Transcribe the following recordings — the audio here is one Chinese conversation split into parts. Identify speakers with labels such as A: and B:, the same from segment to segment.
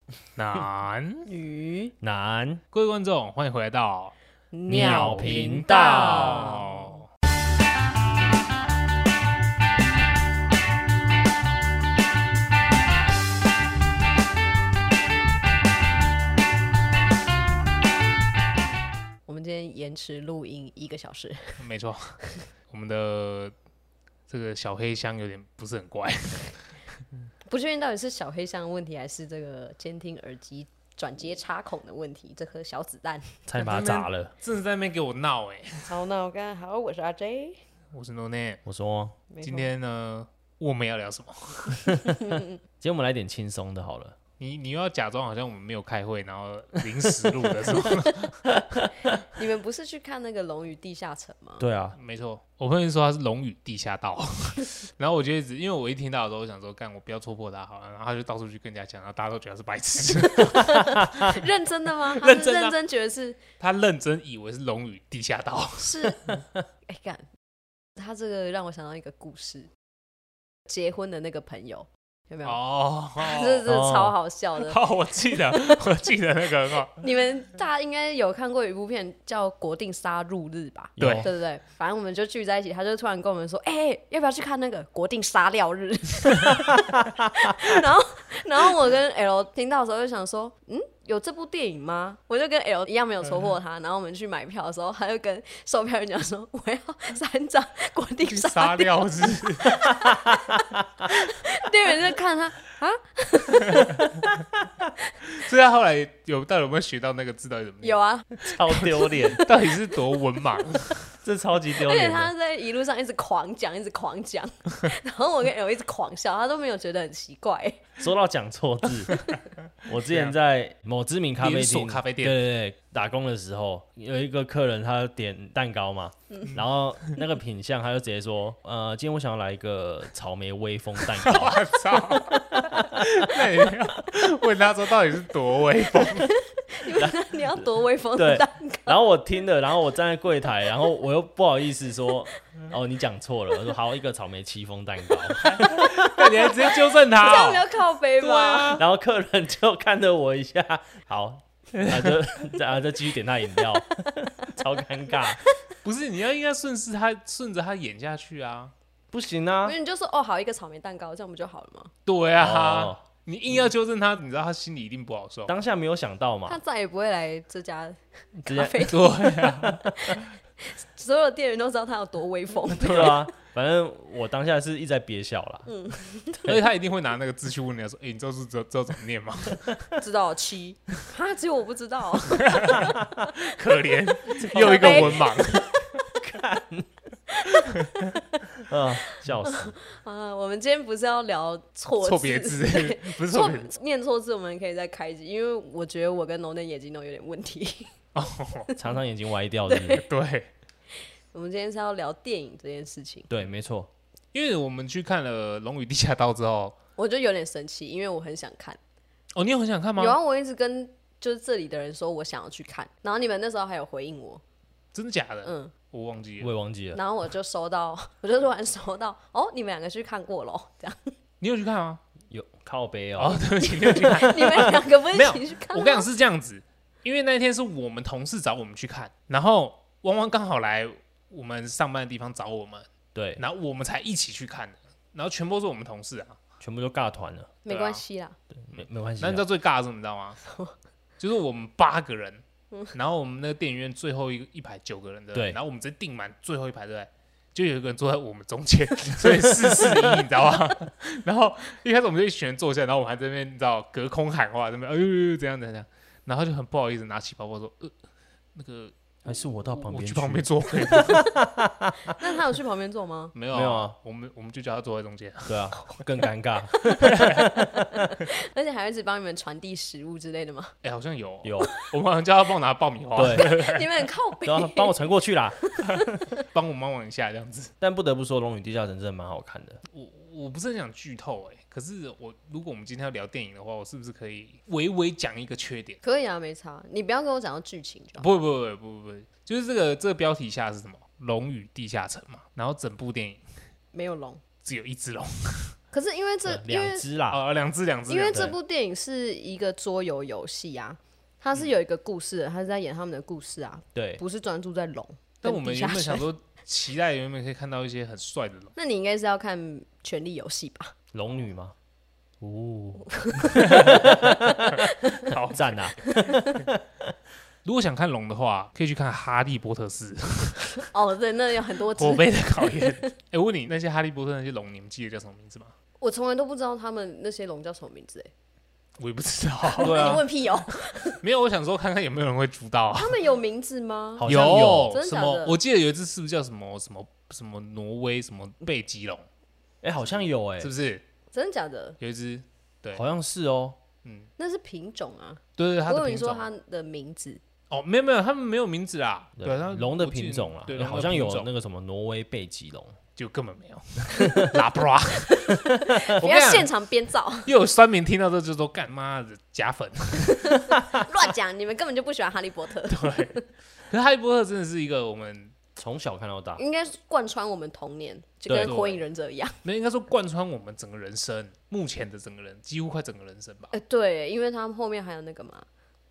A: 男
B: 鱼
C: 男
A: 各位观众，欢迎回来到
C: 鸟频道。
B: 我们今天延迟录音一个小时，
A: 没错， 我们的这个小黑箱有点不是很 乖，
B: 不确定到底是小黑箱的问题，还是这个监听耳机转接插孔的问题。这颗小子弹
C: 差点把他砸了。
A: 真的在那边给我闹哎、
B: 超闹干。 好，我是阿 J。
A: 我是 No n
C: 我说，
B: 没错
A: 今天呢，我们要聊什么？
C: 今天我们来点轻松的好了。
A: 你你又要假装好像我们没有开会，然后临时录的是 吗？
B: 你们不是去看那个《龙与地下城》 吗？
C: 对啊，
A: 没错，我朋友说他是龙与地下道， 然后我就一直因为我一听到的时候，我想说干我不要戳破他好了，然后他就到处去跟人家讲，然后大家都觉得他是白 痴，
B: 认真的 吗？
A: 认真啊
B: 他是认真觉得是
A: 他认真以为是龙与地下道。
B: 是。哎干、他这个让我想到一个故事，结婚的那个朋友有没有？
A: 哦，
B: 这这超好笑的，
A: 哦， 我记 得，我记得那个很哦好，
B: 你们大家应该有看过一部片叫《国定杀戮日》吧？
C: 有
A: 对
B: 对不对？反正我们就聚在一起，他就突然跟我们说：“哎、要不要去看那个国定杀料日？” 然后，然后我跟 L 听到的时候就想说：“嗯，有这部电影吗？”我就跟 L 一样没有戳破他。然后我们去买票的时候，他就跟售票员讲说：“ 我要三张国定
A: 杀
B: 杀料。
A: 掉日，
B: 日” 店员就看他，
A: 所以他啊后来有到底有没有学到那个字到底怎么念
B: 有啊，
C: 超 丢脸，
A: 到底是多文盲？
C: 这超级丢
B: 而且
C: 脸
B: 他
C: 的。
B: 在一路上一直狂讲，一直狂讲， 然后我跟 L 一直狂笑，他都没有觉得很奇怪。
C: 说到讲错 字，我之前在某知名咖啡
A: 啊连锁
C: 厅，
A: 咖啡店
C: 对对对，打工的时候，有一个客人他点蛋糕嘛，
A: 嗯
C: 然后那个品相他就直 接说，呃，今天我想要来一个草莓微风蛋糕。
A: 我操！那你要问他说到底是多 威风？
B: 你们那 你要多威风
C: 对
B: 的蛋
C: 然后我听了，然后我站在柜台，然后我又不好意思说，哦，你讲错了。我说好，一个草莓戚风蛋糕。
A: 那你还直接纠正
B: 这样
A: 他
B: 比
A: 哦？
B: 较靠背
A: 对
B: 吧？
A: 啊，
C: 然后客人就看了我一下，好，然后就然后就继续点他饮料，超尴尬，
A: 不是你要应该顺势他顺着他演下去啊？
C: 不行啊
B: 不，是你就说哦，好一个草莓蛋糕，这样不就好了吗？
A: 对啊
C: 哦，
A: 你硬要纠正他，你知道他心里一定不好受。
C: 当下没有想到
B: 他
C: 嘛，
B: 再也不会来这家
C: 直
B: 咖
C: 接
B: 啡，
A: 对啊，
B: 所有店员都知道他有多威风。
C: 对啊，反正我当下是一直在憋笑啦，
B: 嗯
A: 而且他一定会拿那个字去问人家说：“哎，你知道是知道知道怎么念吗？
B: 知道 七啊，只有我不知道，
A: 可怜，又一个文盲。”
C: 嗯，笑死，
B: 啊，我们今天不是要聊错
A: 错别字
B: 对，
A: 不是错
B: 错
A: 别字
B: 念错字，我们可以再开一集，因为我觉得我跟农的眼睛都有点问题。
A: 哦，
C: 常常眼睛歪掉是不是，
A: 对，
B: 我们今天是要聊电影这件事情，
C: 对，没错，
A: 因为我们去看了《龙与地下道》之后，
B: 我就有点生气，因为我很想看。
A: 哦，你有很想看吗？
B: 有啊，我一直跟就是这里的人说我想要去看，然后你们那时候还有回应我，
A: 真的假的？
B: 嗯，
A: 我忘记
C: 我
A: 了。
C: 也忘记了，
B: 然后我就收到， 我就突然收到，哦，你们两个去看过咯， 这样，
A: 你有去看吗？
C: 有靠背哦，
A: 哦，对不起，你有去 看。
B: 你们两个不是
A: 没有
B: 一起去
A: 我
B: 看
A: 啊
B: 吗？
A: 跟你讲是这样子，因为那一天是我们同事找我们去看，然后汪汪刚好来我们上班的地方找我们，
C: 对，
A: 然后我们才一起去看的，然后全部都是我们同事啊。
C: 全部都尬团了，
B: 没关系啦，
C: 没没关系
A: 那
C: 啊
A: 你知，道最尬的是什么？你知道吗？就是我们八个人，然后我们那个电影院最后一个一排九个人的，
C: 嗯对
A: 然后我们直接订满最后一排，对不对？就有一个人坐在我们中间， 所以四四一，你知道吗？ 然后一开始我们就一群人坐下，然后我们还在那边你知道隔空喊话，在那边哎呦呦呦怎样怎样怎样，然后就很不好意思拿起包包说呃那个
C: 还是我到旁
A: 我
C: 边
A: 去
C: 去，
A: 旁边 坐，
B: 那他有去旁边坐吗？
A: 没有
C: 没有啊，
A: 我们我们就叫他坐在中间，
C: 对啊，更 尴尬，
B: 而且还一直帮你们传递食物之类的吗？
A: 哎好像有哦，
C: 有，
A: 我们好像叫他帮我拿爆米花，
C: 对，啊
B: 你们很靠北，
C: 然后帮我传过去啦，
A: 帮我帮忙一下这样子。
C: 但不得不说，《龙与地下城》真的蛮好看的。
A: 我我不是很想剧透哎、可是我如果我们今天要聊电影的话，我是不是可以微微讲一个缺点？
B: 可以啊，没差，你不要跟我讲到剧情就好。
A: 不不不不不不，就是这个这个标题下是什么？龙与地下城嘛，然后整部电影
B: 没有龙，
A: 只有一只龙，
B: 可是因为这
C: 呃，
B: 因为
C: 两只啦，
A: 啊，两只两只，
B: 因为
A: 两只
B: 这部电影是一个桌游游戏啊，它是有一个故事的，它是在演他们的故事啊，
C: 对，
B: 不是专注在龙。
A: 但我们
B: 下
A: 原本
B: 水
A: 想说，期待原本可以看到一些很帅的龙，
B: 那你应该是要看《权力游戏》吧？
C: 龙女嘛， 哦，
A: 好
C: 赞啊！
A: 如果想看龙的话，可以去看《哈利波特四》，
B: 哦，对，那有很多只
A: 火。杯的考验。哎、我问你，那些哈利波特那些龙，你们记得叫什么名字吗？
B: 我从来都不知道他们那些龙叫什么名字哎、
A: 我也不知道，
C: 对
B: 你
C: 啊，
B: 问屁哦！
A: 没有，我想说看看有没有人会知道啊。
B: 他们有名字吗？
C: 好像
A: 有
B: 真的
A: 什
B: 假
A: 么
B: 的？
A: 我记得有一只是不是叫什么什么什么挪威什么贝基龙，
C: 哎，好像有哎
A: 是，不是？
B: 真的假的？
A: 有一只，对
C: 好像是哦，
A: 嗯，
B: 那是品种啊！
A: 对对，对它
B: 我
A: 的
B: 跟你
A: 品
B: 说
A: 种
B: 它的名字，
A: 哦，没有没有，他们没有名字啦。对，它
C: 龙的
A: 我记得
C: 品种啊
A: 对，，
C: 哎
A: 龙的
C: 好像有
A: 品种
C: 那个什么挪威背脊龙，
A: 就根本没有， 拉布 拉。 我
B: 不
A: 跟
B: 要
A: 你讲，
B: 现场编造，
A: 又有酸民听到这就说干妈的假粉。
B: 乱讲！你们根本就不喜欢哈利波特，
A: 对，可是哈利波特真的是一个我们
C: 从小看到大，
B: 应该是贯穿我们童年，就
C: 对
B: 跟火影忍者一样。
A: 那应该说贯穿我们整个人生，目前的整个人几乎快整个人生吧。
B: 哎、对，因为他们后面还有那个嘛，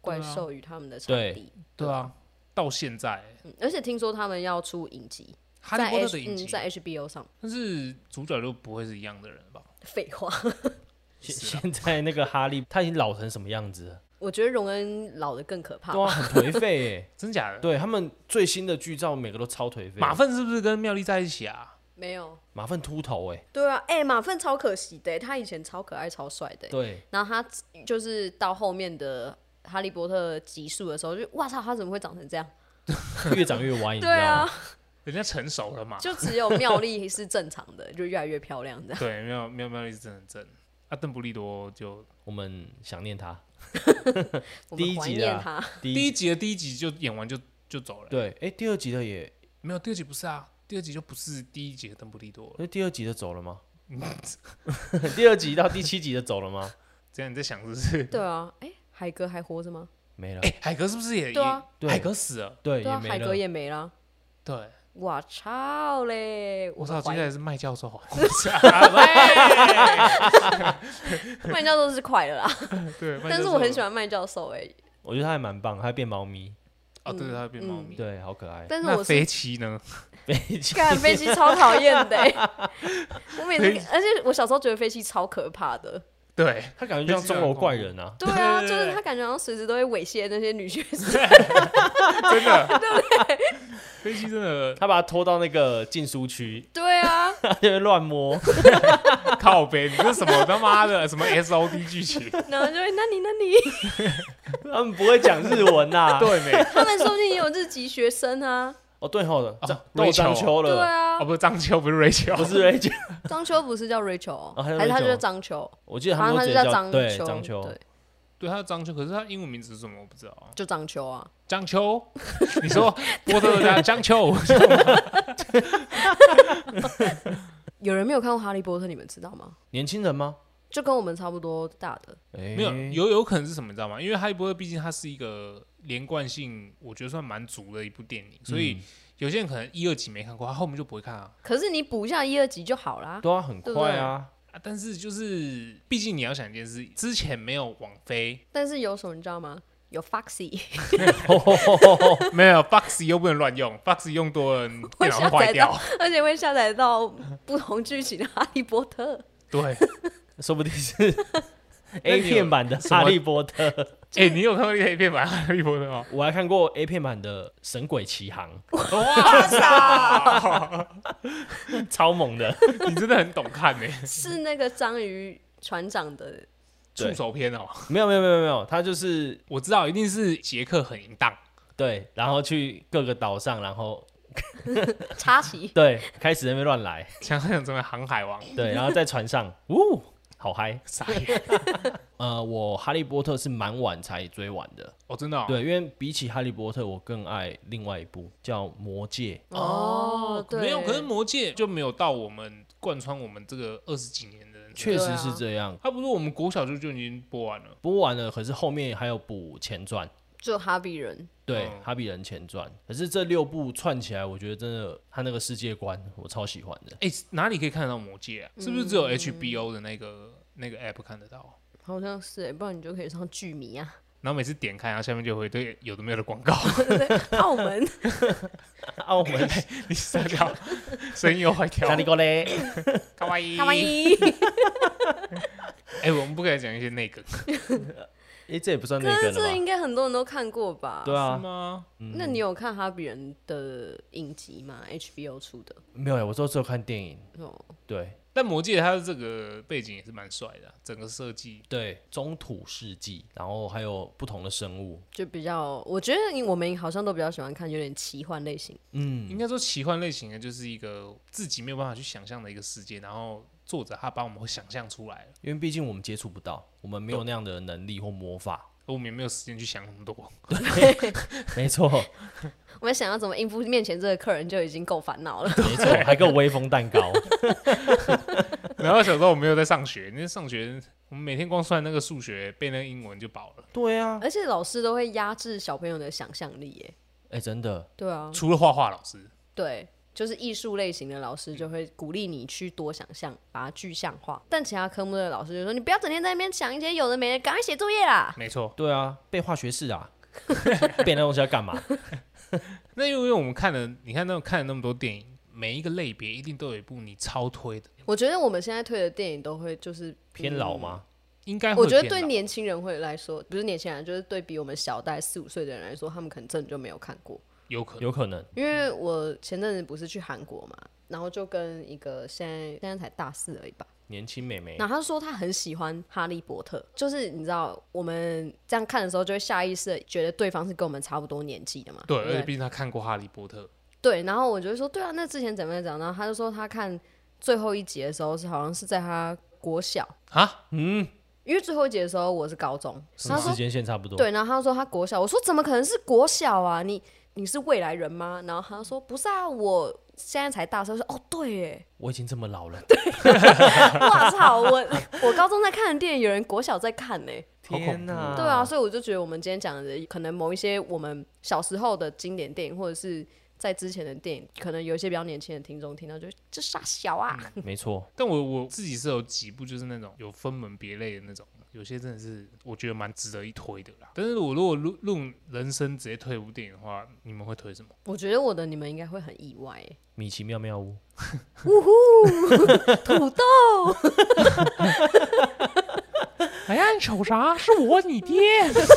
B: 怪
A: 对啊
B: 兽与他们的场
C: 对
B: 地、
A: 对啊，到现在
B: 嗯而且听说他们要出影集，
A: 哈利
B: 在
A: 波特
B: H
A: 的影集
B: 嗯，，在 HBO 上。
A: 但是主角就不会是一样的人吧？
B: 废话，
C: 现
A: 是啊
C: 现在那个哈利他已经老成什么 样子了？
B: 我觉得荣恩老的更可怕。
C: 对啊，很颓废哎。
A: 真假的？
C: 对他们最新的剧照，每个都超颓废。
A: 马粪是不是跟妙丽在一起啊？
B: 没有，
C: 马粪秃头哎，
B: 对啊，哎、马粪超可惜的，他以前超可爱、超帅的。
C: 对，
B: 然后他就是到后面的《哈利波特》集数的时候，就哇操，他怎么会长成这样？
C: 越长越歪，你知
B: 对
C: 道
B: 啊
C: 吗？，
A: 人家成熟了嘛？
B: 就只有妙丽是正常的，就越来越漂 亮这 样。
A: 对，妙妙妙丽是真的正。啊，邓布利多就
C: 我们想念他
B: 我
C: 第
B: 们
C: 一
B: 怀
C: 集
B: 念
C: 啊
B: 他。
C: 第
A: 第
C: 一
A: 一集的第一集就演完就就走了。
C: 对，哎，第二集的也，
A: 没有，第二集不是啊，第二集就不是第一集的邓布利多了。
C: 那哎第二集的走 了吗？第二集到第七集的走了吗？
A: 这样你在想是不是？
B: 对啊，哎、海哥还活着吗？
C: 没了
A: 哎、，海格是不是也？
B: 对啊
A: 也
C: 对
A: 海格死了。
C: 对，
B: 对
C: 也
B: 啊，
C: 没
B: 海哥
C: 了。
B: 也没了。
A: 对，
B: 我操嘞！
A: 我
B: 我
A: 操，
B: 的
A: 接
B: 怀
A: 下
B: 念
A: 来是麦教授。 喂
B: 麦教授是快乐 啦，
A: 对，麦教
B: 但是
A: 授
B: 我很喜欢麦教授哎、
C: 我觉得他还蛮棒，他还变猫咪，
A: 啊，对，它会变猫咪。
C: 对，好可爱。
B: 嗯 但是
A: 那
B: 我是
A: 飞机呢？
C: 飞机
B: 看飞机超讨厌的 欸、我每次，而且我小时候觉得飞机超可怕的。
A: 对，
C: 他感觉像钟楼怪人啊，
B: 对啊，
A: 对对
B: 就
A: 对
B: 是他感觉好像随时都会猥亵那些女学生。
A: 真 的，对飞机真的
C: 他把他拖到那个禁书区，
B: 对啊，
C: 他就会乱摸。
A: 靠背，你这什么他妈的什么 S O D 剧情？
B: 然后就会那你那你，
C: 他们不会讲日文 呐。
A: 对没？
B: 他们说不定也有日籍学生 啊。
C: 哦，对吼，
A: 哦
C: 张
A: Rachel
C: 斗张秋
B: 对
C: 了，
B: 啊
A: 哦，，不是张秋，不是 Rachel，
C: 不 是 Rachel，
B: 张秋不是叫 Rachel，、
C: 哦还有
B: 还是他就
C: Rachel
B: 叫张秋？
C: 我记得他
B: 然
C: 们
B: 后
C: 都
B: 他
C: 直
B: 就叫
C: 接叫对
B: 秋，
C: 张秋，
B: 对，
A: 对，他叫张秋，可是他英文名字是什么？我不知道啊。
B: 就张秋啊。
A: 张秋， 你说波特的张秋，
B: 有人没有看过《哈利波特》，你们知道吗？
C: 年轻人吗？
B: 就跟我们差不多大的，
A: 没
C: 没
A: 有有有可能是什么，你知道吗？因为哈利波特毕竟它是一个连贯性，我觉得算蛮足的一部电影，所以有些人可能一二集没看过，他后面就不会看啊。
B: 可是你补一下一二集就好啦。
C: 对啊，很快啊，
A: 啊，但是就是，毕竟你要想一件事，之前没有网 飞，
B: 但是有什么你知道吗？有 Foxy，
A: 没有 Box 又不能乱用，Box 用多了你电脑会坏 掉。
B: 而且会下载到不同剧情的《哈利波特》。
A: 对，
C: 说不 定是
A: 那
C: A
A: 你有
C: 片版的《
A: 什么
C: 哈利波特》，
A: 哎、你有看过那个 A 片版《哈利波特》 吗？
C: 我还看过 A 片版的《神鬼奇航
A: 哇塞，》，
C: 超猛的。
A: 你真的很懂看欸呢、
B: 是那个章鱼船长的，
A: 触手篇哦，
C: 没有没有没有没有，他就是
A: 我知道一定是杰克很淫荡，
C: 对，然后去各个岛上，然后。
B: 插旗
C: 对开始在那边乱来，
A: 想想成为航海王，
C: 对，然后在船上，呜，好嗨。
A: 傻眼
C: 呃，我《哈利波特》是蛮晚才追完的，
A: 哦，真的、哦，
C: 对，因为比起《哈利波特》，我更爱另外一部叫《魔戒》。
B: 哦对，
A: 没有，可是魔戒就没有到我们贯穿我们这个二十几年的人，
C: 确
B: 对
C: 实
B: 啊
C: 是这样。
A: 他不是我们国小就就已经播完了。
C: 播完了，可是后面还有补前传，
B: 就哈比人，
C: 对，
A: 嗯
C: 哈比人前传》。可是这六部串起来，我觉得真的他那个世界观我超喜欢 的。
A: 哎、哪里可以看得到魔戒啊？是不是只有 HBO 的那个那个 app 看得到？
B: 好像是哎，不然你就可以上剧迷 啊，
A: 然后每次点开，然后下面就会对有的没有的广告，
B: 澳门
C: 澳门
A: 你傻掉，声音又坏掉
C: 哪，里过 嘞？
A: 卡哇伊，
B: 卡哇。伊，
A: 哎，我们不可以讲一些内梗，
C: 哎，这也不算那
B: 可
C: 个
B: 是
C: 了
B: 这
C: 吧？
B: 应该很多人都看过吧？
C: 对
A: 是
C: 啊，
A: 吗？
B: 那你有看哈比人的影集吗？HBO 出的
C: 没有欸，我说只有看电影。
B: 哦，
C: 对
A: 但魔戒它的这个背景也是蛮帅的啊、整个设计
C: 对，中土世纪，然后还有不同的生物。
B: 就比较，我觉得我们好像都比较喜欢看有点奇幻类型。
A: 应该说奇幻类型的，就是一个自己没有办法去想象的一个世界，然后作者他把我们会想象出来了，
C: 因为毕竟我们接触不到，我们没有那样的能力或魔法。
A: 而我们也没有时间去想那么多。
C: 没 错，
B: 我们想要怎么应付面前这个客人就已经够烦恼 了。
C: 没错，还有威风蛋糕。
A: 然后小时候我没有在上学，那上学我们每天光算那个数学，背那个英文就饱了，
C: 对啊，
B: 而且老师都会压制小朋友的想象力耶。
C: 哎，真的，
B: 对啊，
A: 除了画画老师。
B: 对，就是艺术类型的老师就会鼓励你去多想象，把它具象化。但其他科目的老师就说，你不要整天在那边想一些有的没的，赶快写作业啦。
A: 没错，
C: 对啊，背化学式 啊，背那东西要干嘛？
A: 那因为我们看了，你看那种看了那么多电影，每一个类别一定都有一部你超推的，
B: 我觉得我们现在推的电影都会就是
C: 偏老？吗？
A: 应该会
B: 我觉得
A: 变
B: 对
A: 老
B: 年轻人会来说，不是年轻人，啊就是对比我们小大概四五岁的人来说，他们可能真的就没有看过。
A: 有可能
C: 有可能。
B: 因为
A: 嗯
B: 我前阵子不是去韩国嘛，然后就跟一个现在现在才大四而已吧，
C: 年轻美
A: 哎
C: 眉
B: 然后他说他很喜欢《哈利波特》，就是你知道我们这样看的时候，就会下意识的觉得对方是跟我们差不多年纪的嘛。
A: 对，
B: 不
A: 而且毕竟他看过《哈利波特》，
B: 对，然后我就会说，对啊，那之前怎么样怎么样，然后他就说他看最后一集的时候是好像是在他国小
A: 啊，
B: 因为最后一集的时候我是高中，
C: 什
B: 他
C: 么
B: 说
C: 时间线差不多？，
B: 对，然后他说他国小，我说怎么可能是国小啊？你你是未来人吗？然后他说不是啊，我现在才大三。我说哦，对耶，
C: 我已经这么老了，
B: 我操，我我高中在看的电影，有人国小在看呢、
A: 天
C: 嗯
A: 哪
B: 对啊，所以我就觉得我们今天讲的可能某一些我们小时候的经典电影，或者是在之前的电影，可能有一些比较年轻的听众听到就这傻小啊，
C: 没错，
A: 但我我自己是有几部就是那种有分门别类的那种，有些真的是我觉得蛮值得一推的啦。但是我如果论论人生直接推一部电影的话，你们会推什么？
B: 我觉得我的你们应该会很意外、欸，
C: 米奇妙妙屋，
B: 土豆，
A: 哎呀，你瞅啥？是我你爹？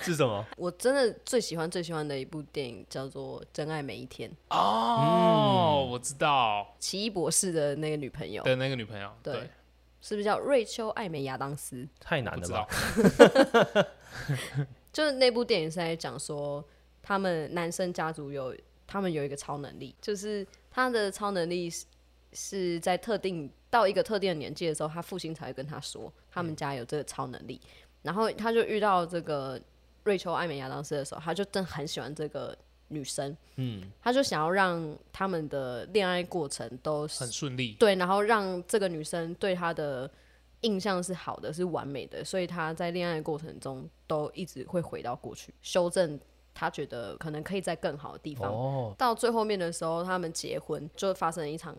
C: 是什么？
B: 我真的最喜欢最喜欢的一部电影叫做《真爱每一天》。
A: 哦，我知道
B: 奇异博士的那个女朋友，
A: 的那个女朋友，
B: 对
A: 对，
B: 是不是叫瑞秋·艾美亚当斯？
C: 太难
A: 不
C: 了
A: 知
C: 吧
A: 道？，
B: 就是那部电影是在讲说，他们男生家族有他们有一个超能力，就是他的超能力是是在特定到一个特定的年纪的时候，他父亲才会跟他说他们家有这个超能力。然后他就遇到这个瑞秋·艾美亚当斯的时候，他就真的很喜欢这个女生，嗯，他就想要让他们的恋爱过程都是
A: 很顺利。
B: 对，然后让这个女生对他的印象是好的，是完美的，所以他在恋爱的过程中都一直会回到过去，修正他觉得可能可以在更好的地方。
C: 哦，
B: 到最后面的时候，他们结婚就发生了一场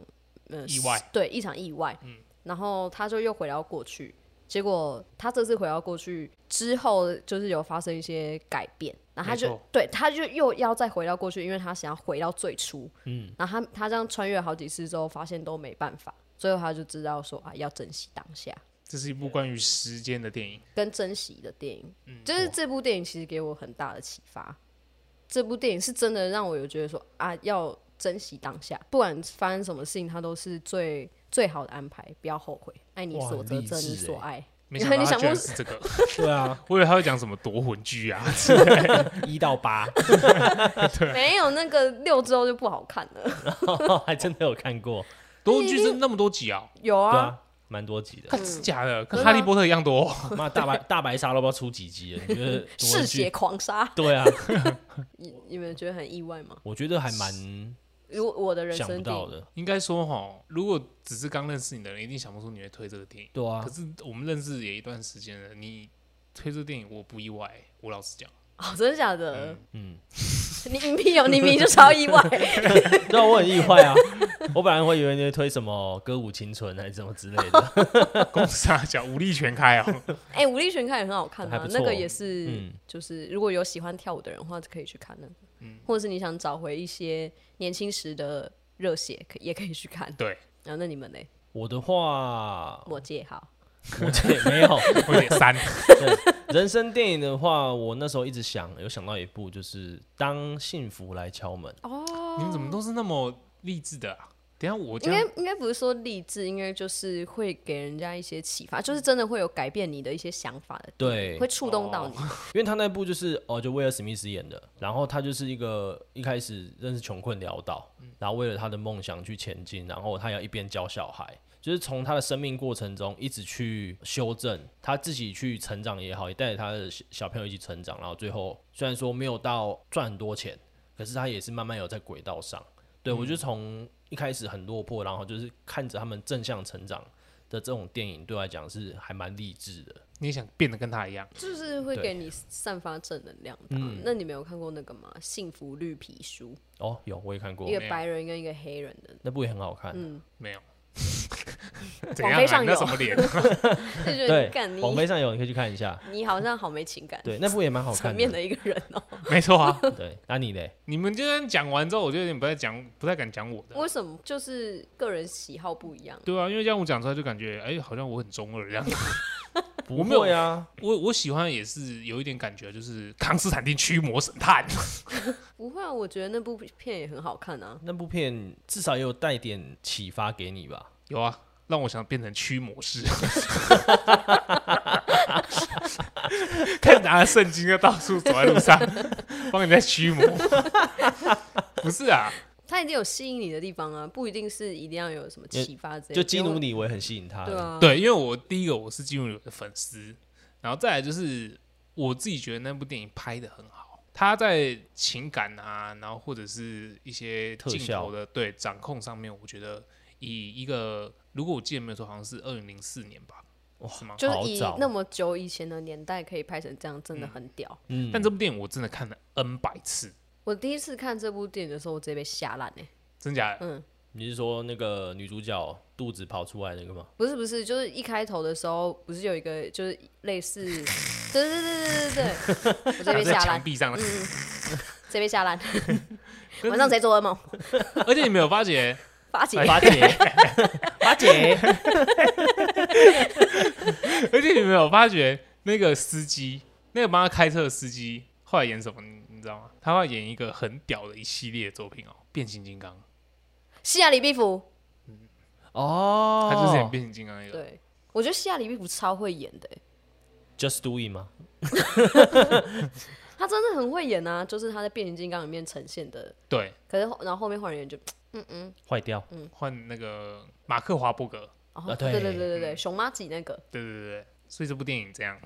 B: 呃
A: 意外，
B: 对，一场意外。嗯，然后他就又回到过去，结果他这次回到过去之后，就是有发生一些改变，然后他
A: 没
B: 就
A: 错
B: 对，他就又要再回到过去，因为他想要回到最初。嗯，然后他他这样穿越好几次之后，发现都没办法，最后他就知道说啊，要珍惜当下。
A: 这是一部关于时间的电影，
B: 跟珍惜的电影。
C: 嗯
B: 就是这部电影其实给我很大的启发。这部电影是真的让我有觉得说啊，要珍惜当下，不管发生什么事情，它都是最最好的安排，不要后悔。爱你
C: 哇
B: 所择，
C: 励
B: 择你
C: 志欸
B: 所爱。
A: 没想到
B: 你
A: 他
B: 想
A: 居然
B: 不
A: 是这个，
C: 对啊，
A: 我以为他会讲什么夺魂锯啊，
C: 一到 八，
B: 没有那个六之后就不好看了。
C: 还真的有看过，
A: 夺魂锯是那么多集啊，
B: 有
C: 对
B: 啊，
C: 啊，蛮多集的。
A: 看是假的，跟哈利波特一样多 哦。
C: 妈，大白 大白鲨都不知道出几集了，你 觉得多
B: 嗜
C: 文具
B: 血狂杀，
C: 对啊，
B: 你你们觉得很意外吗？
C: 我觉得还蛮
B: 如我的人
C: 想
B: 生
C: 不
B: 电
C: 到
B: 影，
C: 的，
A: 应该说哈，如果只是刚认识你的人，一定想不出你会推这个电影。
C: 对啊
A: 可，是我们认识也一段时间了，你推这电影我不意外，我老实讲，
B: 哦，真的假的？
C: 嗯，
B: 你硬币有，你明明就超意外，
C: 对啊，我很意外啊， 我本来会以为你会推什么歌舞青春还是什么之类 的，
A: 公司大小武力全开哦。
B: 哎、武力全开也很好看
C: 还
B: 啊
C: 不，错
B: 那个也是，
C: 嗯
B: 就是如果有喜欢跳舞的人的话，可以去看那个，
A: 嗯
B: 或者是你想找回一些年轻时的热血，可也可以去看。
A: 对，
B: 然后那你们呢？
C: 我的话，
B: 我戒好，
C: 我这没有，
A: 我点三，
C: 人生电影的话，我那时候一直想，有想到一部，就是《当幸福来敲门》。
A: 你们怎么都是那么励志的啊？等一下我这
B: 应该
A: 样
B: 应该不是说励志，应该就是会给人家一些启发，就是真的会有改变你的一些想法的，
C: 对哦
B: 会，触动到你。
C: 因为他那部就是哦，就威尔史密斯演的，然后他就是一个一开始认识穷困潦倒，然后为了他的梦想去前进，然后他要一边教小孩，就是从他的生命过程中一直去修正，他自己去成长也好，也带着他的小小朋友一起成长，然后最后虽然说没有到赚很多钱，可是他也是慢慢有在轨道上。对我就从一开始很落魄，然后就是看着他们正向成长的这种电影，对我来讲是还蛮励志的。
A: 你也想变得跟他一样？
B: 就是会
C: 对嗯
B: 给你散发正能量的啊、那你没有看过那个吗？《幸福绿皮书
C: 哦，有我也看》，过
B: 一，个
A: 没有
B: 白人跟一个黑人 的，
C: 那部也很好看。
A: 没有，怎样、
B: 网飞
A: 啊？
B: 上
A: 你
B: 有
A: 那什么脸？
B: 就觉得
C: 对
B: 你干，
C: 网飞
B: 你
C: 上有，你可以去看 一下。
B: 你好像好没情感
C: 对，那部也蛮好
B: 层
C: 看
B: 面的一个人哦、
A: 没错啊，
C: 对，那、你嘞？
A: 你们今天讲完之后，我就有点不太讲，不太敢讲我的。啊
B: 为什么？就是个人喜好不一样。
A: 对啊，因为这样我讲出来就感觉，哎、好像我很中二这样。
C: 不
A: 没有
C: 会啊，
A: 我我喜欢也是有一点感觉，就是康斯坦丁驱魔神探。
B: 不会啊，我觉得那部片也很好看啊。
C: 那部片至少也有带点启发给你吧。
A: 有啊，让我想变成驱魔师，看拿着圣经就到处走在路 上，帮人家驱魔。不是啊，
B: 它一定有吸引你的地方啊，不一定是一定要有什么启发之类的。
C: 就基努
B: 你，
C: 里维很吸引他，
B: 对啊，
A: 对，因为我第一个我是基努里维的粉丝，然后再来就是我自己觉得那部电影拍的很好，他在情感啊，然后或者是一些
C: 特
A: 镜
C: 效
A: 头的对掌控上面，我觉得以一个如果我记得没有错，好像是二零零四年吧，
C: 哇
A: 是吗？
B: 就是
C: 好
B: 以
C: 早
B: 那么久以前的年代可以拍成这样，真的很屌。
C: 嗯，
A: 但这部电影我真的看了 N 百次，
B: 我第一次看这部电影的时候，我直接被吓烂哎。
A: 真假的？
C: 你是说那个女主角肚子跑出来那个吗？
B: 不是不是，就是一开头的时候，不是有一个就是类似，对对对对对对，我直接
A: 打
B: 被
A: 在
B: 吓
A: 墙
B: 烂，
A: 壁上了。
B: 直接被吓烂。晚上谁做噩梦？
A: 而且你没有发觉，
B: 发姐，
C: 八姐，八 姐，
A: 而且你没有发觉那个司机，那个帮他开车的司机，后来演什么？你你知道吗？他会演一个很屌的一系列作品哦，变形金刚，
B: 西亚李必福。
C: 哦，
A: 他就是演变形金刚那个。
B: 对，我觉得西亚李必福超会演的欸、
C: Just Do It 吗？
B: 他真的很会演啊，就是他在变形金刚里面呈现的。
A: 对，
B: 可是后然后后面换人演就，
C: 坏掉，
A: 换那个马克华伯格，
B: 哦，
C: 啊
B: 对
C: 对
B: 对对对对，熊妈几那个，
A: 对对对对，所以这部电影这样，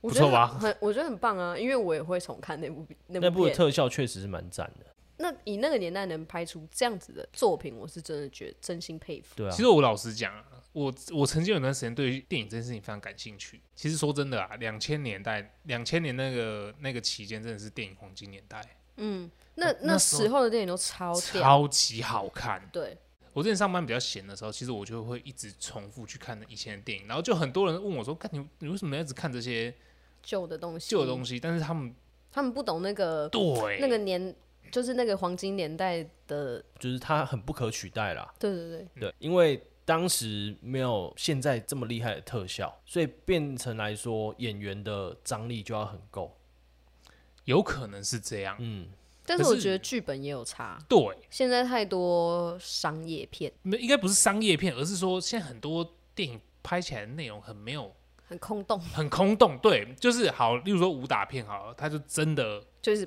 B: 我
A: 不
B: 觉得
A: 错吧
B: 很，我觉得很棒啊，因为我也会重看那部
C: 那
B: 那
C: 部
B: 部
C: 的
B: 片。
C: 特效确实是蛮赞的。
B: 那以那个年代能拍出这样子的作品，我是真的觉得真心佩服。
C: 对啊
A: 其，实我老实讲啊，我我曾经有段时间对于电影这件事情非常感兴趣。其实说真的啊，两千年代，两千年那个那个期间真的是电影黄金年代，
B: 那
A: 那
B: 那
A: 时候
B: 时候的电影都超屌，
A: 超级好看。
B: 对，
A: 我之前上班比较闲的时候，其实我就会一直重复去看以前的电影，然后就很多人问我说：“看你你为什么要一直看这些
B: 旧的东西，
A: 旧的东
B: 西，
A: 西？”但是他们
B: 他们不懂那个
A: 对
B: 那个年，就是那个黄金年代的，
C: 就是它很不可取代啦。
B: 对对对，
C: 对，因为当时没有现在这么厉害的特效，所以变成来说演员的张力就要很够。
A: 有可能是这样，
C: 嗯，
B: 但
A: 可
B: 是我
A: 是
B: 觉得剧本也有差，
A: 对，
B: 现在太多商业片，
A: 没应该不是商业片，而是说现在很多电影拍起来的内容很没有、
B: 很空洞，
A: 很空洞。对，就是好，例如说武打片好了，它就真 的
B: 就是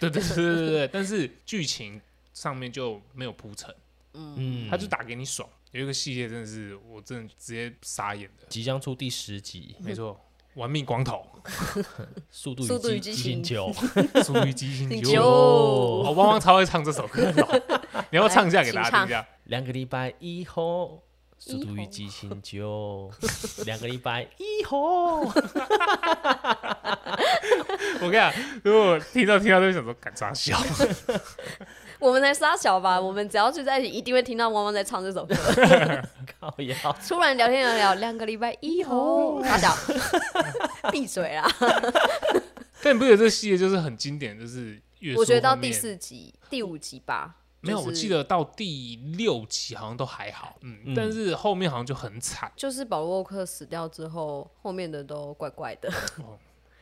A: 对对对对对对，但是剧情上面就没有铺陈，
C: 嗯，
A: 他就打给你爽。有一个系列真的是我真的直接傻眼的，
C: 即将出第十集
B: 嗯
A: 没错，玩命光头。
C: 《速度
B: 速度
C: 与
B: 与
C: 激
B: 激
C: 情
B: 情
C: 九》
A: 属于激情
B: 请
A: 九。
B: 求
A: 哦，汪汪超会唱这首歌的哦，你要不要唱一下给大家听
B: 请唱
A: 一下？
C: 两个礼拜以后，《速
B: 以
C: 度与
B: 后
C: 激情九》，两个礼拜以后，
A: 我跟你讲，如果听到听到都会想说，敢傻 笑，
B: 我们才撒小吧，我们只要聚在一起，一定会听到汪汪在唱这首歌。
C: 靠腰。
B: 突然聊天聊聊两个礼拜以后，撒小，闭嘴啦！
A: 但你不觉得这系列就是很经典，就是越
B: 我觉得
A: 说后
B: 到第
A: 面
B: 四集、第五集吧，
A: 没有，
B: 就是
A: 我记得到第六集好像都还好，嗯，
C: 嗯
A: 但是后面好像就很惨，
B: 就是保罗沃克死掉之后，后面的都怪怪的，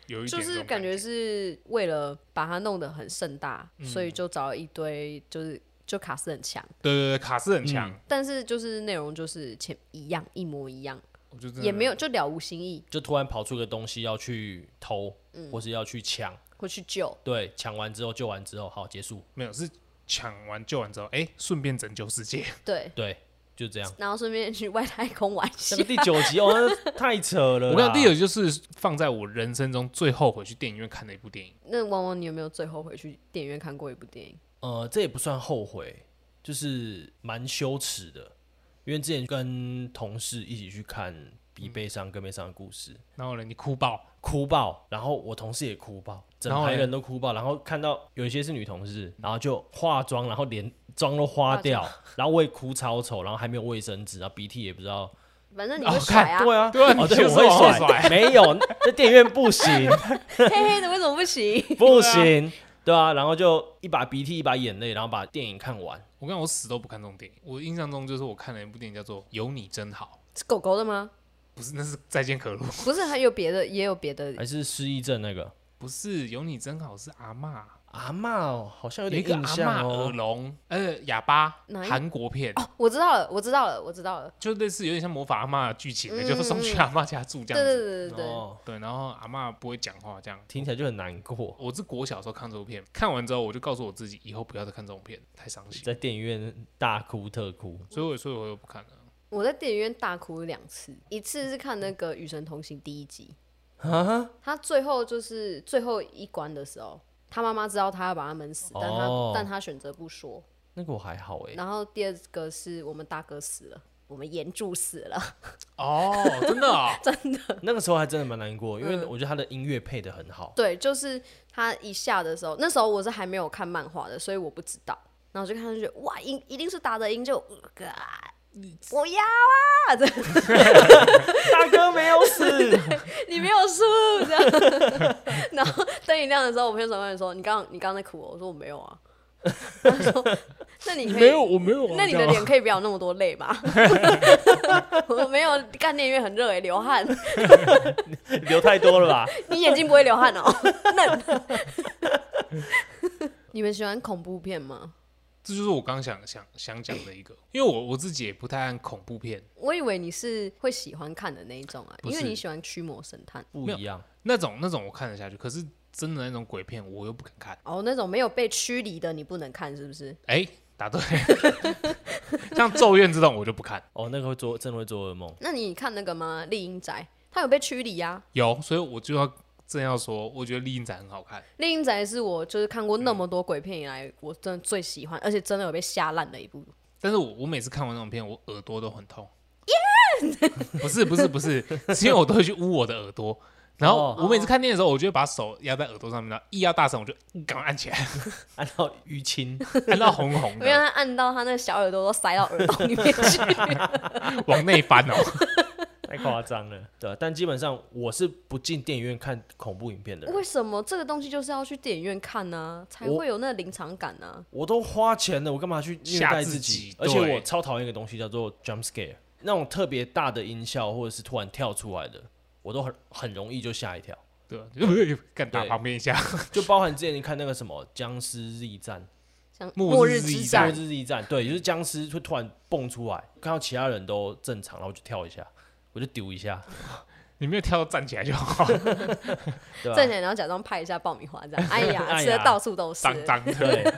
A: 有一点
B: 就
A: 这
B: 是
A: 种
B: 感
A: 感
B: 觉是为了把它弄得很盛大，
A: 嗯
B: 所以就找了一堆就是就卡斯很强，
A: 对对对，卡斯很强，
C: 嗯
B: 但是就是内容就是前一样一模一样，
A: 我就真的
B: 也没有就了无新意，
C: 就突然跑出个东西要去偷，或是要去抢，
B: 会去救。
C: 对，抢完之后救完之后，好结束，
A: 没有是抢完救完之后，哎，顺便拯救世界，
B: 对，
C: 对，就 这样。
B: 然后顺便去外太空玩一下
C: 那个。第九集哦，那太扯了啦。
A: 我跟你讲，第九就是放在我人生中最后悔去电影院看的一部电影，
B: 那汪汪，你有没有最后回去电影院看过一部电影？
C: 呃，这也不算后悔，就是蛮羞耻的，因为之前跟同事一起去看《比悲伤更悲伤的故事》，
A: 然后呢，你哭爆，
C: 哭爆，然后我同事也哭爆，整
A: 然后
C: 排
A: 嘞
C: 人都哭爆，然后看到有一些是女同事，然后就化妆，然后连妆都花掉，然后我也哭超丑，然后还没有卫生纸，然后鼻涕也不知道，
B: 反正你
A: 哦
B: 会甩啊，
C: 对啊，
A: 对啊
C: 哦
A: 你
C: 对，
A: 就是
C: 我会
A: 往后
C: 甩，啊没有，在电影院不 行，
B: 黑黑的为什么不行？
C: 不行，对啊，然后就一把鼻涕一把眼泪，然后把电影看完，
A: 我跟你讲，我死都不看这种电影，我印象中就是我看了一部电影叫做《有你真好
B: 是狗狗的吗？》，
A: 不是那是再见可鲁，
B: 不是，还有别的，也有别的。
C: 还是失忆症那个。
A: 不是有你真好是阿嬷。
C: 阿嬷哦，好像有
A: 有一
C: 点
A: 个阿嬷
C: 印象
A: 耳
C: 哦。
A: 聋，呃，哑巴
B: 哪，一
A: 韩国片，
B: 哦，我知道了，我知道了，我知道了。
A: 就类似有点像魔法阿嬷的剧情的，
B: 嗯
A: 就是送去阿嬷家住这
B: 对
A: 样
B: 对
A: 子。
B: 对对对，
C: 哦，
A: 对，然后阿嬷不会讲话这样。
C: 听起来就很难过。
A: 我是国小时候看这部片，看完之后我就告诉我自己以后不要再看这种片，太伤心。
C: 在电影院大哭特哭，
A: 所以我所以我又不看了。
B: 我在电影院大哭两次，一次是看那个《与神同行》第一集，
A: 啊
B: 他最后就是最后一关的时候，他妈妈知道他要把他闷死，但他、
C: 哦
B: 但他选择不说。
C: 那个我还好哎、
B: 然后第二个是我们大哥死了，我们严柱死了，
A: 哦， 真的哦，
C: 那个时候还真的蛮难过，因为我觉得他的音乐配的很好。
B: 对，就是他一下的时候，那时候我是还没有看漫画的，所以我不知道。然后我就看上去，哇，音一定是打的音就，呃啊我要啊，这
C: 大哥没有死，
B: 你没有输这样。 然后灯一亮的时候，我朋友转过来说：“你刚你刚刚在哭哦。”我说：“我没有啊。” 他说：“那你可以，
A: 我没有
B: 那你的脸可以不要有那么多泪吗？” 我说：“没有，干电影院很热哎、流汗，
C: 流太多了 吧？
B: 你眼睛不会流汗哦， 嫩。” 你们喜欢恐怖片吗？
A: 这就是我刚想想想讲的一个，因为我我自己也不太看恐怖片，
B: 我以为你是会喜欢看的那一种啊，
A: 不
B: 因为
A: 是
B: 你喜欢驱魔神探
C: 不一样，
A: 那种那种我看得下去，可是真的那种鬼片我又不敢看。
B: 哦，那种没有被驱离的你不能看，是不是？
A: 哎、答 对，像《咒怨》这种我就不看。
C: 哦，那个会做真的会做噩梦。
B: 那你看那个吗？《丽英宅》他有被驱离啊，
A: 有，所以我就要正要说，我觉得《丽影展》很好看。
B: 《猎鹰仔》是我就是看过那么多鬼片以来，我真的最喜欢，而且真的有被吓烂的一部。
A: 但是我我每次看完那种片，我耳朵都很痛。不是不是不是，是因为我都会去捂我的耳朵。然后
C: 哦
A: 我每次看电影的时候，我就会把手压在耳朵上面，然后一压大声，我就呃赶快按起来，
C: 按照淤 青，
A: 按到红红
B: 因为
C: 啊
A: 的，
B: 他按到他那个小耳朵都塞到耳洞里面去。
A: 往内翻 哦。
C: 太夸张了。对啊，但基本上我是不进电影院看恐怖影片的人，
B: 为什么这个东西就是要去电影院看呢、才
C: 我
B: 会有那个临场感啊呢、
C: 我都花钱了，我干嘛去虐
A: 吓
C: 待自
A: 自己
C: 己？
A: 对
C: 而且我超讨厌一个东西叫做 jump scare，那种特别大的音效或者是突然跳出来的，我都很很容易就吓一跳。
A: 对，啊就干打
C: 对
A: 旁边一下。
C: 就包含之前你看那个什么《僵尸力战》
B: 像《
A: 末
B: 末
A: 日
B: 日
A: 之
B: 之
A: 战
B: 战
C: 《末》日力战》，对，就是僵尸会突然蹦出来，看到其他人都正常，然后我就跳一下，我就丢一下，
A: 你没有跳到站 起来就哦好，
C: 对吧、
B: 站起来然后假装拍一下爆米花， 这样，哎呀，
C: 哎呀
B: 吃的到处都是。
A: 脏脏的。
C: 对，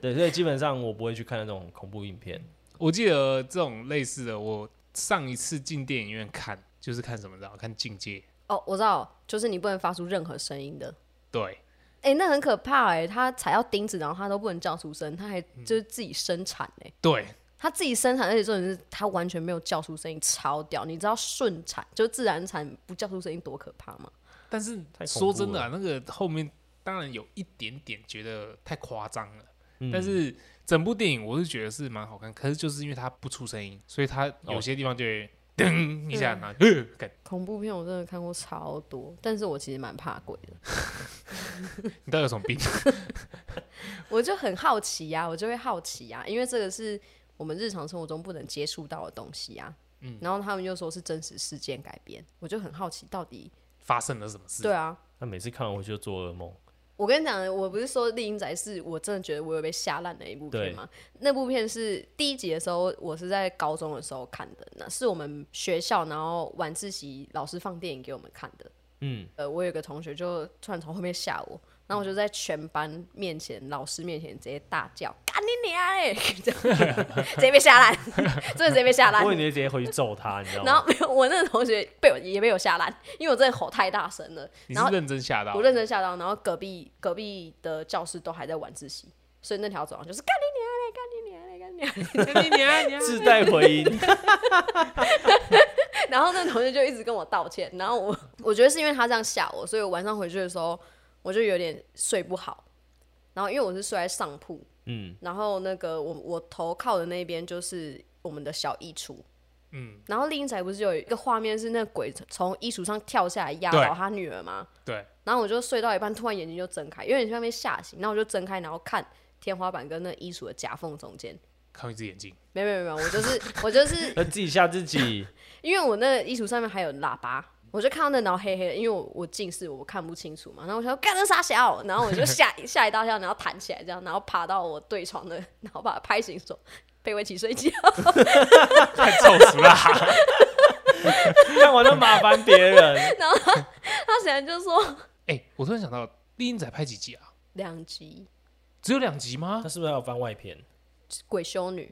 C: 对，所以基本上我不会去看那种恐怖影片。
A: 我记得这种类似的，我上一次进电影院看就是看什么，你知道吗？看《境界》。
B: 哦，我知道，就是你不能发出任何声音的。
A: 对，
B: 哎、那很可怕哎、他踩到钉子，然后他都不能叫出声，他还就是自己生产哎、
A: 对，
B: 他自己生产，而且重点是他完全没有叫出声音，超屌！你知道顺产就是自然产不叫出声音多可怕吗？
A: 但是
C: 太恐
A: 说
C: 怖
A: 真的啊，那个后面当然有一点点觉得太夸张了，但是整部电影我是觉得是蛮好看，可是就是因为它不出声音，所以它有些地方就会噔一下，
B: 啊
A: 然后呃，干
B: 恐怖片我真的看过超多，但是我其实蛮怕鬼的，
A: 你到底有什么病？
B: 我就很好奇呀、我就会好奇呀、因为这个是我们日常生活中不能接触到的东西呀、嗯，然后他们又说是真实事件改编，我就很好奇到底
A: 发生了什么事？
B: 对啊，
C: 那每次看完回去就做噩梦。
B: 我跟你讲，我不是说《丽英仔》是我真的觉得我有被吓烂的一部片吗？那部片是第一集的时候，我是在高中的时候看的，那是我们学校，然后晚自习老师放电影给我们看的。
C: 嗯，
B: 呃，我有个同学就突然从后面吓我，然后我就在全班面前、老师面前直接大叫“干你娘嘞”， 这样直接被吓烂， 真的直接被吓烂。
C: 我以为你直接回去揍他，你知道
B: 然
C: 吗
B: 后？没有，我那个同学被我也被我吓烂，因为我真的吼太大声了。
A: 你
B: 然
A: 是
B: 后
A: 认真吓到
B: 我？认真吓到，然后隔壁隔壁的教室都还在晚自习，所以那条走廊就是干你娘嘞，干你娘嘞， 干你娘嘞。
A: 你娘娘
C: 自带回音，
B: 然后那同学就一直跟我道歉，然后我 我觉得是因为他这样吓我，所以我晚上回去的时候我就有点睡不好。然后因为我是睡在上铺，
C: 嗯，
B: 然后那个我我头靠的那边就是我们的小衣橱，
A: 嗯，
B: 然后另一仔不是有一个画面是那鬼从衣橱上跳下来压
A: 对
B: 倒他女儿吗？
A: 对，
B: 然后我就睡到一半，突然眼睛就睁开，因为你像被吓醒，然后我就睁开，然后看天花板跟那衣橱的夹缝中间。
A: 靠一只眼睛，
B: 没有没有没有，我就是 我就是，
C: 那自己吓自己。
B: 因为我那衣橱上面还有喇叭，我就看到那然后黑黑的，因为我我近视我看不清楚嘛，然后我想说干那傻小，然后我就吓吓一大跳，然后弹起来这样，然后爬到我对床的，然后把它拍醒说被围起睡觉，
A: 太臭死了！
C: 看完就麻烦别人，
B: 他显然就说
A: 哎，我突然想到，丽英仔拍几集啊？
B: 两集
A: 只有两集吗
C: 他？是不是还有番外篇？
B: 鬼修女，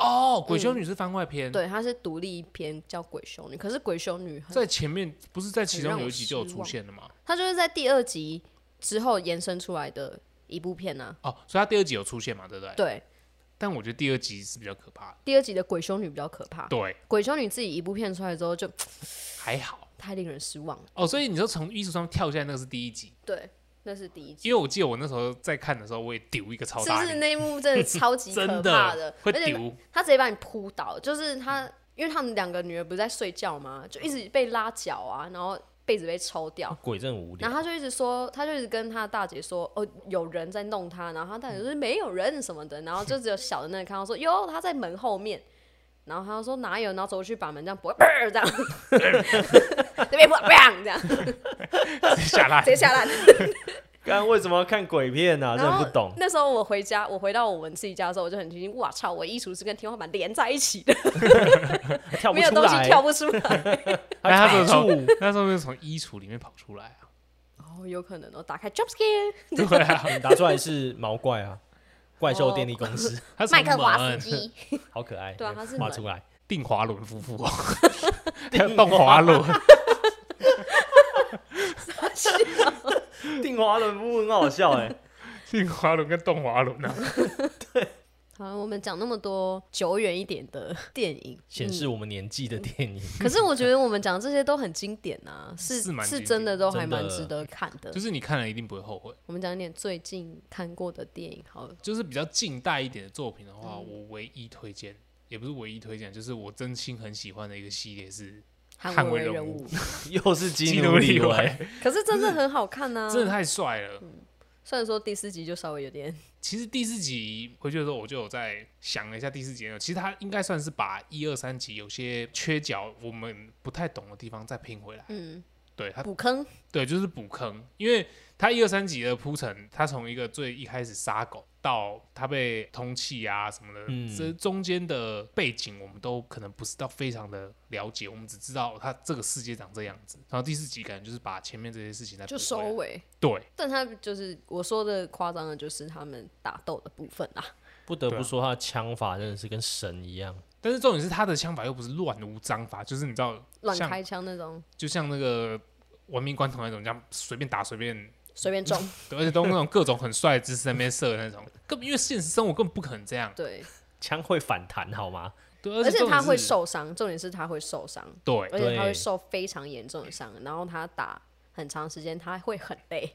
A: 哦，鬼修女是番外篇，，
B: 嗯对，它是独立一篇叫鬼修女，可是鬼修女很
A: 在前面不是在其
B: 很让
A: 中
B: 我
A: 有一集就有
B: 失
A: 出
B: 望
A: 现了吗？
B: 它就是在第二集之后延伸出来的一部片啊。
A: 哦，所以他第二集有出现嘛，对不对？
B: 对，
A: 但我觉得第二集是比较可怕的，
B: 第二集的鬼修女比较可怕。
A: 对，
B: 鬼修女自己一部片出来之后就
A: 还好。
B: 太令人失望了。
A: 哦，所以你说从艺术上跳下来那个是第一集，
B: 对，那是第一集。
A: 因为我记得我那时候在看的时候，我也丢一个超
B: 是
A: 大
B: 不
A: 力，
B: 是那一幕真的 超级可
A: 真
B: 怕
A: 会
B: 而且
A: 丢，
B: 他直接把你扑倒，就是他，因为他们两个女儿不是在睡觉吗？就一直被拉脚啊，然后被子被抽掉，
C: 鬼真的无
B: 然
C: 聊。
B: 后他就一直说，他就一直跟他大姐说，哦，有人在弄他，然后他大姐说没有人什么的，然后就只有小的那个看到说，哟，他在门后面，然后他就说哪有，然后走过去把门这样拨，这样，这边拨，砰，这样直
A: 下来
B: 接下来。
C: 刚为什么要看鬼片呢、啊？真
B: 然
C: 的
B: 后
C: 不懂。
B: 那时候我回家，我回到我们自己家的时候，我就很庆幸，哇操，我衣橱是跟天花板连在一起的，
C: 跳不
B: 没有
C: 出
B: 东西
C: 来，
B: 跳不出来。
A: 那他
C: 卡
A: 是从
C: 住，
A: 那时候是从衣橱里面跑出来啊，
B: 哦，有可能哦，打开 jump scare，
A: 对啊，
C: 嗯打出来是毛怪啊，怪兽电力公司，
A: 他是
B: 麦
C: 啊
B: 克华斯
A: 门
B: 基，
C: 好可爱。
B: 对啊它是
C: 画
B: 门
C: 出 来，
A: 定华伦夫妇哦，还有动华伦，
C: 定华伦夫很好笑哎、
A: 定华伦跟动华伦啊，
B: 嗯好，我们讲那么多久远一点的电影，
C: 显示我们年纪的电影。
B: 可是我觉得我们讲这些都很经典 啊，是
A: 是蛮经典
B: 真的都还蛮
C: 真的
B: 值得看 的。
A: 就是你看了一定不会后悔。
B: 我们讲一点最近看过的电影好了，
A: 就是比较近代一点的作品的
B: 嗯
A: 话，我唯一推荐，也不是唯一推荐，就是我真心很喜欢的一个系列是
B: 《
A: 捍
B: 捍
A: 卫
B: 卫
A: 任
B: 任
A: 务
B: 务》，
C: 又是嗯基
A: 努
C: 努
A: 里
C: 里
A: 维
C: 维，
B: 可是真的很好看 呐、
A: 真的太帅了。
B: 虽然说第四集就稍微有点，
A: 其实第四集回去的时候，我就有在想了一下第四集的内容。其实它应该算是把一二三集有些缺角，我们不太懂的地方再拼回来。
B: 嗯，
A: 对它，
B: 补坑，
A: 对，就是补坑，因为它一二三集的铺陈，它从一个最一开始杀狗到它被通气啊什么的，
C: 嗯
A: 这中间的背景我们都可能不是到非常的了解，我们只知道它这个世界长这样子。然后第四集感觉就是把前面这些事情再
B: 就
A: 补回
B: 收
A: 来
B: 尾。
A: 对，
B: 但他就是我说的夸张的，就是他们打斗的部分啦。
C: 不得
A: 对啊
C: 不说他的枪法真的是跟神一样。
A: 但是重点是他的枪法又不是乱无章法，就是你知道
B: 乱
A: 像
B: 开枪那种，
A: 就像那个亡命关头那种，这样随便打随便
B: 随便中。
A: 对而且都那种各种很帅的姿势在那边射的那种，根本因为现实生活根本不可能这样。
B: 对，
C: 枪会反弹好吗？
A: 对，
B: 而且
A: 重点
B: 他会
A: 是，
B: 受伤，重点是他会受伤，
A: 对
B: 而且他
C: 对
B: 会受非常严重的伤，然后他打很长时间，他会很累。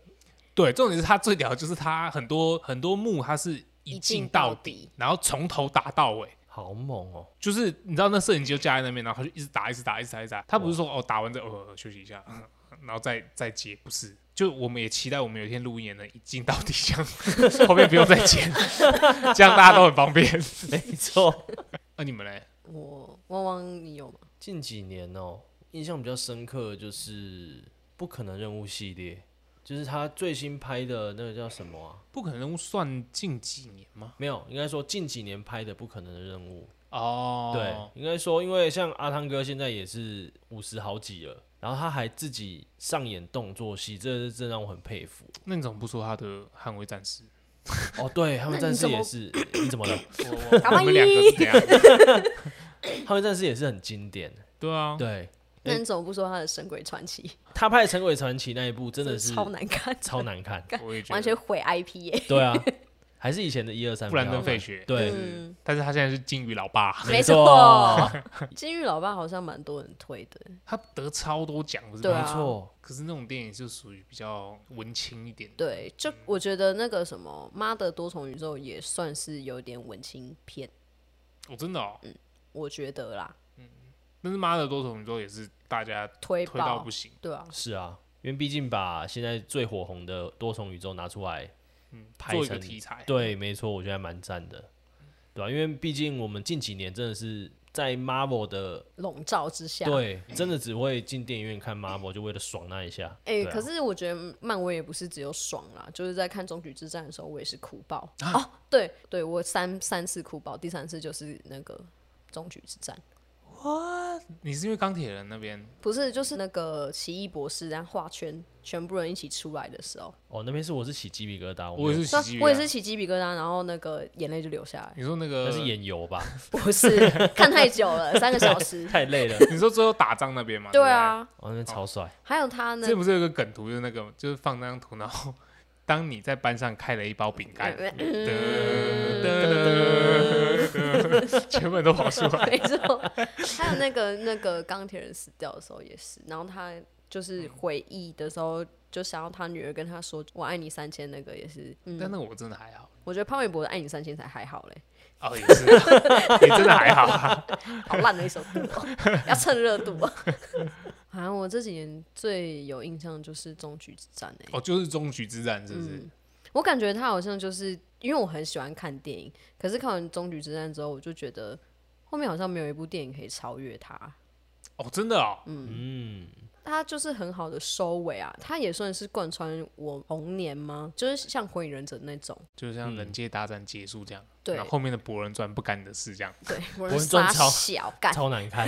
A: 对，重点是他最屌的就是他很多很多幕他是
B: 一
A: 一
B: 镜
A: 镜
B: 到
A: 到
B: 底
A: 底，然后从头打到尾。
C: 好猛哦！
A: 就是你知道那摄影机就架在那边，然后他就一直打，一直打，一直打，一直打。他不是说哦打完再哦休息一下，嗯然后再再接，不是。就我们也期待我们有一天录音也能一镜到底，这样 后面不用再剪，这样大家都很方便。
C: 没错，
A: 那、你们嘞？
B: 我汪汪，你有吗？
C: 近几年哦，印象比较深刻的就是《不可能任务》系列，就是他最新拍的那个叫什么啊？
A: 不可能算近几年吗？
C: 没有，应该说近几年拍的《不可能的任务》。
A: 哦，
C: 对，应该说，因为像阿汤哥现在也是五十好几了，然后他还自己上演动作戏，这是真让我很佩 服。
A: 对，那你怎么不说他的《捍卫战士》
C: 哦，对，他们
B: 那
C: 战
B: 你
C: 士
B: 怎
C: 也
B: 么
C: 是，你怎么 了？
A: 我？我
B: 卡哇
A: 我们两个是这样，
C: 他们战士也是很经典。
A: 对啊，
C: 对，
B: 那你怎么不说他的《神鬼传奇》
C: 他拍《神鬼传奇》那一部真的 是
B: 超难看，
C: 超难 看。
A: 我也觉
B: 完
A: 得
B: 全毁 IP 耶、
C: 对啊，还是以前的一二三。
A: 布兰登·费雪，
C: 对
A: 就是，但是他现在是金鱼老爸，
B: 嗯没
C: 嗯没
B: 错
C: 错，
B: 金玉老爸好像蛮多人推的，
A: 他得超多奖，不是
B: 对
A: 吗
B: 啊？
C: 没错，
A: 可是那种电影就属于比较文青一点的，
B: 对，就我觉得那个什么《妈的多重宇宙》也算是有点文青片，
A: 我、真的哦。
B: 我觉得啦，
A: 但是妈的多重宇宙也是大家
B: 推
A: 推到
B: 爆
A: 不，行，
B: 对啊，
C: 是啊，因为毕竟把现在最火红的多重宇宙拿出来，拍
A: 做一个
C: 成
A: 题材。
C: 对，没错，我觉得还蛮赞的，对啊吧、因为毕竟我们近几年真的是在 Marvel 的
B: 笼罩之下，，
C: 对，真的只会进电影院看 Marvel，就为了爽那一下。
B: 哎、
C: 对啊
B: 可是我觉得漫威也不是只有爽啦，就是在看《终局之战》的时候，我也是哭爆。哦，对对，我三三次哭爆，第三次就是那个《终局之战》，
A: 你是因为钢铁人那边
B: 不是就是那个奇异博士，然后画圈，全部人一起出来的时候，
C: 哦，那边是我是起鸡皮疙瘩，
A: 我也
C: 没有
A: 是喜剧、啊，
B: 我也是。起鸡皮疙瘩，然后那个眼泪就流下来。
A: 你说那个
C: 那是眼油吧，
B: 不 是看太久了，三个小时。
C: 太累了。
A: 你说最后打仗那边嘛？
B: 对
A: 不，
B: 啊，
C: 哦，那边超帅，
B: 还有他呢
A: 这，不是有个梗图，就是那个就是放那张图，然后当你在班上开了一包饼
B: 呃
A: 干，噔
B: 嗯
A: 噔噔，全部人都跑出来。
B: 没错，还有那个那个钢铁人死掉的时候也是，然后他就是回忆的时候，就想要他女儿跟他说“我爱你三千”，那个也是，嗯，
A: 但那个我真的还好，
B: 我觉得潘玮柏的“爱你三千”才还好嘞，
A: 哦也是，也真的还好啊。
B: 好烂的一首歌哦、要趁热度、 啊。好像我这几年最有印象就是《终局之战、欸》
A: 哦，就是终局之战，是不是？
B: 我感觉他好像就是因为我很喜欢看电影，可是看完《终局之战》之后，我就觉得后面好像没有一部电影可以超越它。
A: 哦，真的哦，
C: 嗯，
B: 它就是很好的收尾啊，它也算是贯穿我童年吗？就是像《火影忍者》那种，
A: 就像
C: 嗯
A: 人界大战结束这样，
B: 对
A: 然后后面的博人传不干你的事这样。
B: 对，我
C: 人
B: 傻
C: 传超
B: 小干，
C: 超难看，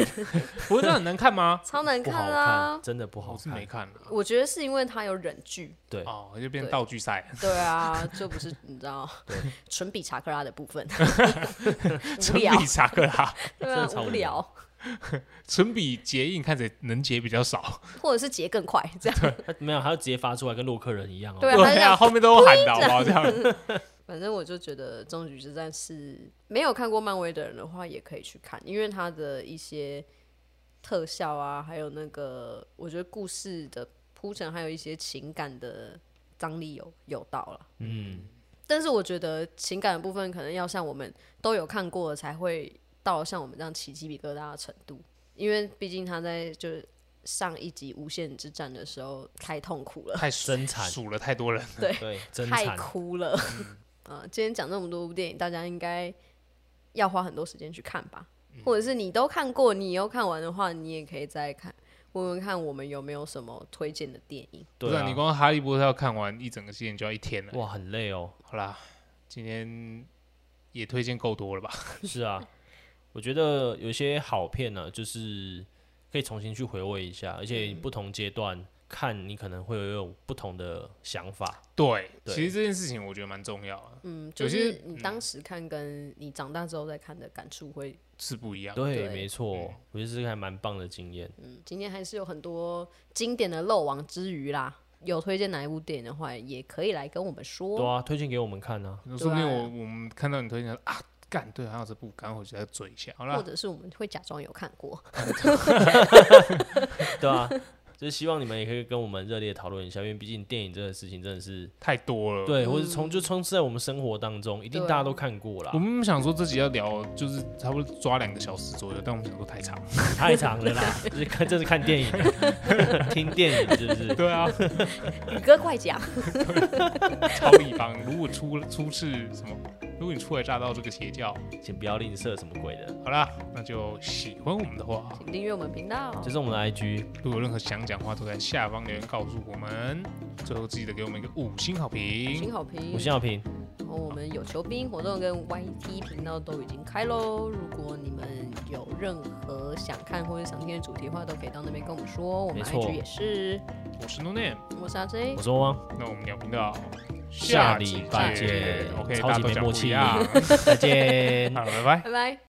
A: 博人传很难看吗？
B: 超难
C: 不
B: 哎看
C: 好
B: 啊
C: 看，！真 的不好
A: 我是没
C: 看。
A: 看啊
B: 我觉得是因为它有忍剧，
C: 对，
A: 哦，就变
B: 对
A: 道具赛，
B: 对啊，就不是你知道 纯比查克拉的部分，无
A: 纯
B: 聊，
A: 比查克拉，
B: 对啊
C: 真的，超
B: 无
C: 无
B: 聊，
A: 纯比结印，看谁能结比较少。
B: 或者是结更快这样。
C: 他没有，他就直接发出来跟洛克人一样哦。
B: 对啊他这样
A: 后面都有喊的好不好？这样，
B: 反正我就觉得《终局之战》是没有看过漫威的人的话，也可以去看，因为它的一些特效啊，还有那个我觉得故事的铺陈，还有一些情感的张力有有到了。
C: 嗯，
B: 但是我觉得情感的部分，可能要像我们都有看过的，才会到像我们这样起鸡皮疙瘩的程度，因为毕竟他在就是上一集《无限之战》的时候太痛苦 了，
A: 太数
C: 真惨
A: 数了太多人，
C: 对，真
B: 太
C: 惨。
B: 哭了。
A: 嗯
B: 啊、今天讲这么多部电影，大家应该要花很多时间去看吧，或者是你都看过，你又看完的话，你也可以再看，问问看我们有没有什么推荐的电影。
A: 不
C: 对
A: 然
C: 啊
A: 你，光哈利波特要看完一整个系列就要一天了。
C: 哇，很累哦。
A: 好啦，今天也推荐够多了吧？
C: 是啊，我觉得有些好片呢、就是可以重新去回味一下，而且
B: 嗯
C: 不同阶段看，你可能会有不同的想法。
A: 对，
C: 对
A: 其实这件事情我觉得蛮重要的，
B: 嗯，就
A: 有些
B: 是你当时看跟你长大之后再看的感触会，
A: 是不一样。
C: 对，
B: 对嗯
C: 没错，我觉得这个还蛮棒的经验。
B: 嗯，今天还是有很多经典的漏网之鱼啦。有推荐哪一部电影的话，也可以来跟我们
C: 对
B: 说。
C: 啊，推荐给我们看啊。
A: 说不定我我们看到你推荐啊，干对，还有这部，赶快回去再追一下。好
B: 或
A: 啦，
B: 者是我们会假装有看过，
C: 对啊，就是希望你们也可以跟我们热烈讨论一下，因为毕竟电影这个事情真的是
A: 太多了。，
C: 对，或者从就充斥在我们生活当中，一定
B: 嗯对啊
C: 大家都看过啦
A: 我，们想说这集要聊，就是差不多抓两个小时左右，但我们想说太 长。
C: 太长了啦，就是看这是看电影， 听电影是不是？
A: 对啊，
B: 宇哥快讲，
A: 超立方，如果出出是什么，如果你初来乍到这个邪教，
C: 请不要吝啬什么鬼的。
A: 好啦，那就喜欢我们的话，
B: 请订阅我们频道。
C: 这是我们的 IG，
A: 如果有任何想讲话，都在下方留言告诉我们。最后记得给我们一个五星好
B: 请
A: 评。
B: 好评，
C: 五星好评，
B: 然后我们有求兵活动跟 YT 频道都已经开喽。如果你们有任何想看或者想听的主题的话，都可以到那边跟我们说。我们
C: 没错
B: IG 也是，
A: 我是 No Name，
B: 我是阿 J，
C: 我是汪汪，
A: 那我们聊频道
C: 下
A: 集
C: 礼拜
A: 见
C: 见
A: OK，
C: 超
A: 大
C: 级
A: 家都
C: 没
A: 讲
C: 默
A: 不
C: 契
A: 一样。
C: 再见。
A: 好，拜拜。
B: 拜拜。